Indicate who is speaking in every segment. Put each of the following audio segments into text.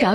Speaker 1: 扰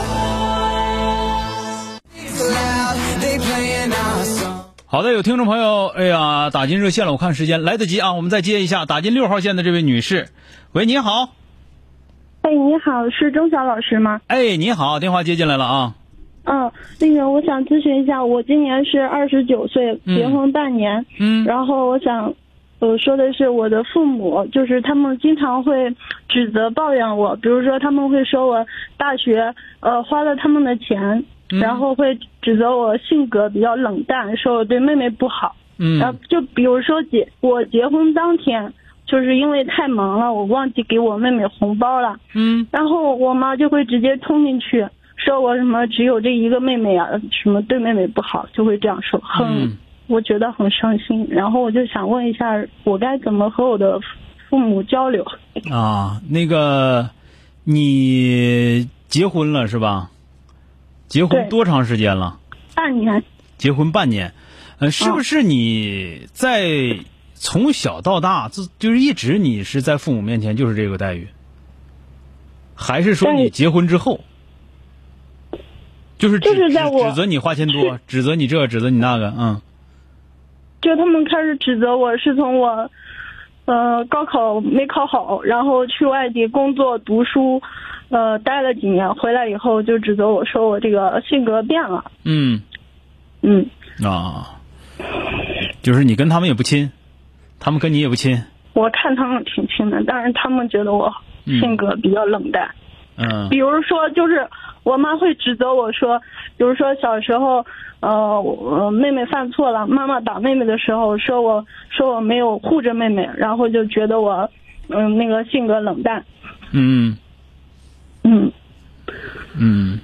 Speaker 2: 好的，有听众朋友，哎呀，打进热线了，我看时间来得及啊，我们再接一下打进六号线的这位女士。喂，你好，
Speaker 3: 哎，你好，是钟晓老师吗？
Speaker 2: 哎，你好，电话接进来了啊。
Speaker 3: 嗯，那个我想咨询一下，我今年是二十九岁，
Speaker 2: 嗯
Speaker 3: 结婚半年，
Speaker 2: 嗯
Speaker 3: 然后我想，呃，说的是我的父母，就是他们经常会指责抱怨我，比如说他们会说我大学呃花了他们的钱，
Speaker 2: 嗯
Speaker 3: 然后会指责我性格比较冷淡，说我对妹妹不好。呃
Speaker 2: 嗯，
Speaker 3: 就比如说结我结婚当天，就是因为太忙了，我忘记给我妹妹红包了。
Speaker 2: 嗯
Speaker 3: 然后我妈就会直接冲进去说我什么只有这一个妹妹啊，什么对妹妹不好，就会这样说，很、
Speaker 2: 嗯
Speaker 3: 我觉得很伤心。然后我就想问一下，我该怎么和我的父母交流？
Speaker 2: 啊，那个，你结婚了是吧？结婚
Speaker 3: 对
Speaker 2: 多长时间了？
Speaker 3: 半年，
Speaker 2: 结婚半年，呃，是不
Speaker 3: 嗯
Speaker 2: 是你在从小到大，就就是一直你是在父母面前就是这个待遇，还是说
Speaker 3: 对
Speaker 2: 你结婚之后，就是指
Speaker 3: 就是在
Speaker 2: 指
Speaker 3: 我
Speaker 2: 指责你花钱 多，指责你这，指责你那个，嗯
Speaker 3: 就他们开始指责我是从我。呃，高考没考好，然后去外地工作读书，呃，待了几年，回来以后就指责我说我这个性格变了，
Speaker 2: 嗯
Speaker 3: 嗯，
Speaker 2: 啊，就是你跟他们也不亲，他们跟你也不亲，
Speaker 3: 我看他们挺亲的，但是他们觉得我
Speaker 2: 嗯
Speaker 3: 性格比较冷淡。
Speaker 2: 嗯
Speaker 3: 比如说，就是我妈会指责我说，比如说小时候，呃，我妹妹犯错了，妈妈打妹妹的时候，说我说我没有护着妹妹，然后就觉得我，嗯，那个性格冷淡，
Speaker 2: 嗯
Speaker 3: 嗯，
Speaker 2: 嗯，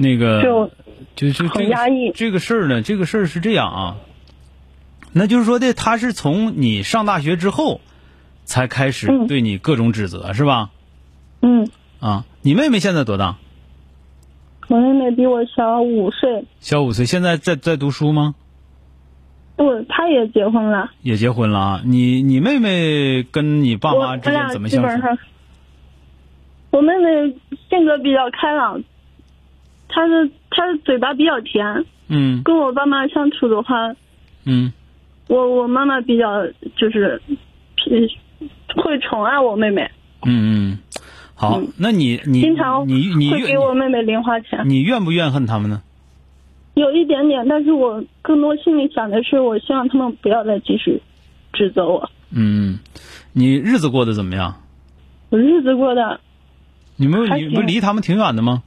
Speaker 2: 那个
Speaker 3: 就
Speaker 2: 就就这
Speaker 3: 很
Speaker 2: 个
Speaker 3: 压抑
Speaker 2: 这个事儿呢，这个事儿是这样啊，那就是说的，他是从你上大学之后才开始
Speaker 3: 嗯
Speaker 2: 对你各种指责，是吧？
Speaker 3: 嗯，
Speaker 2: 啊，你妹妹现在多大？
Speaker 3: 我妹妹比我小五岁，
Speaker 2: 小五岁，现在在在读书吗？
Speaker 3: 不，她也结婚了，
Speaker 2: 也结婚了啊？你你妹妹跟你爸
Speaker 3: 我
Speaker 2: 妈
Speaker 3: 我
Speaker 2: 之间
Speaker 3: 俩
Speaker 2: 怎么
Speaker 3: 基
Speaker 2: 相
Speaker 3: 本
Speaker 2: 处？
Speaker 3: 上，我妹妹性格比较开朗，她的她的嘴巴比较甜，
Speaker 2: 嗯
Speaker 3: 跟我爸妈相处的话，
Speaker 2: 嗯
Speaker 3: 我我妈妈比较就是，呃会宠爱我妹妹，
Speaker 2: 嗯嗯，好，那你你
Speaker 3: 经常
Speaker 2: 你你
Speaker 3: 会给我
Speaker 2: 怨
Speaker 3: 妹妹零花钱，
Speaker 2: 你怨不怨恨他们呢？
Speaker 3: 有一点点，但是我更多心里想的是，我希望他们不要再继续指责我。
Speaker 2: 嗯，你日子过得怎么样？
Speaker 3: 我日子过得
Speaker 2: 你们
Speaker 3: 还
Speaker 2: 你不
Speaker 3: 行
Speaker 2: 离他们挺远的吗？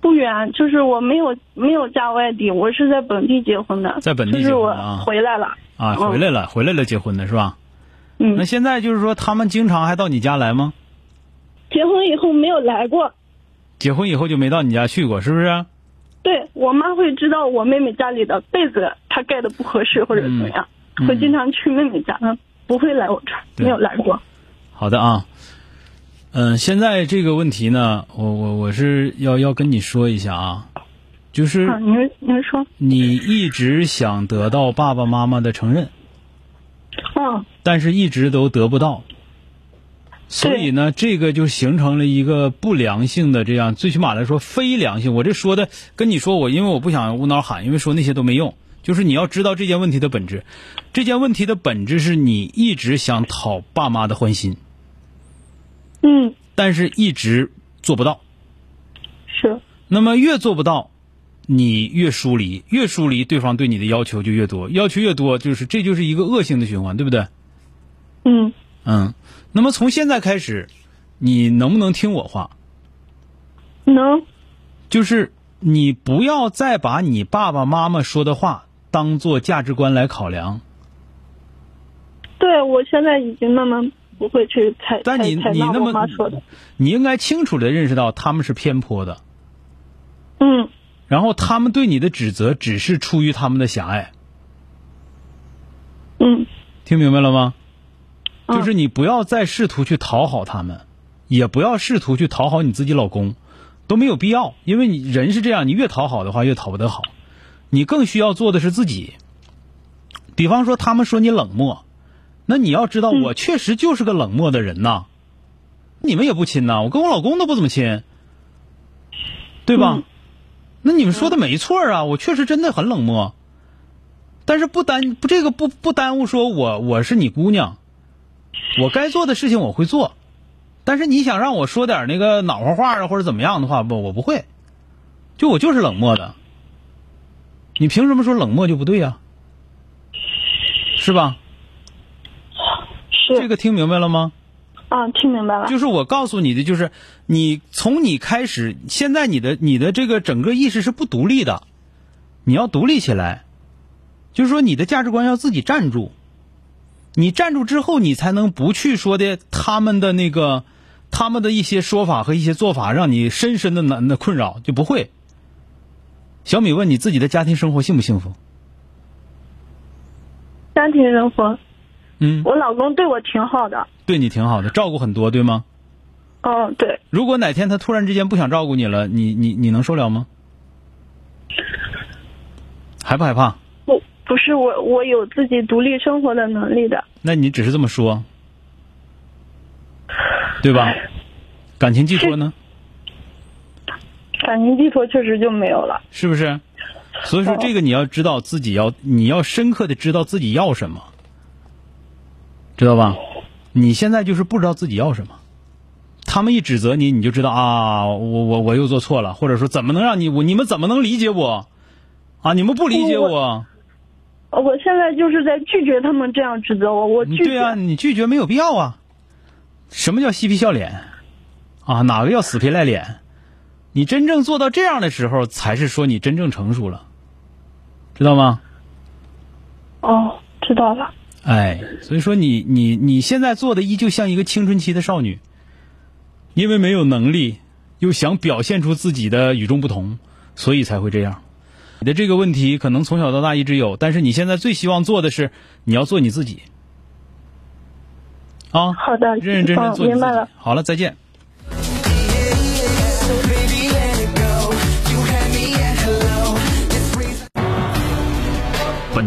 Speaker 3: 不远，就是我没有没有嫁外地，我是在本地结婚的，
Speaker 2: 在本地
Speaker 3: 就
Speaker 2: 结
Speaker 3: 是
Speaker 2: 婚
Speaker 3: 我
Speaker 2: 的啊
Speaker 3: 回来了，
Speaker 2: 啊，
Speaker 3: 嗯
Speaker 2: 回来了，回来了，结婚的是吧？
Speaker 3: 嗯
Speaker 2: 那，现在就是说，他们经常还到你家来吗？
Speaker 3: 结婚以后没有来过。
Speaker 2: 结婚以后就没到你家去过，是不是？
Speaker 3: 对我妈会知道我妹妹家里的被子她盖的不合适或者怎么样，
Speaker 2: 嗯嗯
Speaker 3: 会经常去妹妹家，嗯不会来我这儿，
Speaker 2: 对
Speaker 3: 没有来过。
Speaker 2: 好的啊，嗯、现在这个问题呢，我我我是要要跟你说一下啊，就是
Speaker 3: 啊，您您说，
Speaker 2: 你一直想得到爸爸妈妈的承认，
Speaker 3: 嗯
Speaker 2: 但是一直都得不到，所以呢，这个就形成了一个不良性的这样，最起码来说非良性。我这说的跟你说我，因为我不想无脑喊，因为说那些都没用。就是你要知道这件问题的本质，这件问题的本质是你一直想讨爸妈的欢心，
Speaker 3: 嗯，
Speaker 2: 但是一直做不到。
Speaker 3: 是，
Speaker 2: 那么越做不到，你越疏离，越疏离，对方对你的要求就越多，要求越多，就是这就是一个恶性的循环，对不对？
Speaker 3: 嗯
Speaker 2: 嗯，那么从现在开始，你能不能听我话？
Speaker 3: 能，
Speaker 2: 就是你不要再把你爸爸妈妈说的话当做价值观来考量。
Speaker 3: 对我现在已经慢慢不会去采
Speaker 2: 但你
Speaker 3: 采采
Speaker 2: 你
Speaker 3: 纳
Speaker 2: 那
Speaker 3: 我
Speaker 2: 么
Speaker 3: 妈说的，
Speaker 2: 你应该清楚的认识到他们是偏颇的，
Speaker 3: 嗯
Speaker 2: 然后他们对你的指责只是出于他们的狭隘，
Speaker 3: 嗯，
Speaker 2: 听明白了吗？就是你不要再试图去讨好他们，也不要试图去讨好你自己老公，都没有必要，因为你人是这样，你越讨好的话越讨不得好，你更需要做的是自己。比方说他们说你冷漠，那你要知道我确实就是个冷漠的人呐、你们也不亲呐，我跟我老公都不怎么亲，对吧？
Speaker 3: 嗯
Speaker 2: 那你们说的没错啊，我确实真的很冷漠，但是不耽不这个不不耽误说我我是你姑娘，我该做的事情我会做，但是你想让我说点那个暖和话啊或者怎么样的话，不我不会，就我就是冷漠的，你凭什么说冷漠就不对呀、是吧？
Speaker 3: 是
Speaker 2: 这个听明白了吗？
Speaker 3: 啊，听明白了。
Speaker 2: 就是我告诉你的，就是你从你开始，现在你的你的这个整个意识是不独立的，你要独立起来，就是说你的价值观要自己站住，你站住之后，你才能不去说的他们的那个他们的一些说法和一些做法，让你深深的难的困扰，就不会。小米问你自己的家庭生活幸不幸福？
Speaker 3: 家庭生活，
Speaker 2: 嗯，
Speaker 3: 我老公对我挺好的。
Speaker 2: 对你挺好的，照顾很多，对吗？
Speaker 3: 嗯，对，
Speaker 2: 如果哪天他突然之间不想照顾你了，你你你能受了吗？害不害怕？
Speaker 3: 不不是我，我有自己独立生活的能力的。
Speaker 2: 那你只是这么说，对吧？感情寄托呢？
Speaker 3: 感情寄托确实就没有了。
Speaker 2: 是不是？所以说
Speaker 3: 哦
Speaker 2: 这个你要知道自己要，你要深刻的知道自己要什么，知道吧？你现在就是不知道自己要什么，他们一指责你，你就知道啊，我我我又做错了，或者说怎么能让你我你们怎么能理解我啊？你们不理解
Speaker 3: 不我
Speaker 2: 我
Speaker 3: 呃我现在就是在拒绝他们这样指责我，我拒
Speaker 2: 对
Speaker 3: 绝。
Speaker 2: 啊，你拒绝没有必要啊。什么叫嬉皮笑脸？啊，哪个叫死皮赖脸？你真正做到这样的时候，才是说你真正成熟了，知道吗？
Speaker 3: 哦，知道了。
Speaker 2: 哎，所以说你你你现在做的依旧像一个青春期的少女，因为没有能力，又想表现出自己的与众不同，所以才会这样。你的这个问题可能从小到大一直有，但是你现在最希望做的是你要做你自己，啊，
Speaker 3: 好的，
Speaker 2: 认认真真
Speaker 3: 嗯，
Speaker 2: 做你自
Speaker 3: 明白
Speaker 2: 己
Speaker 3: 了。。
Speaker 2: 好了，再见。
Speaker 4: 本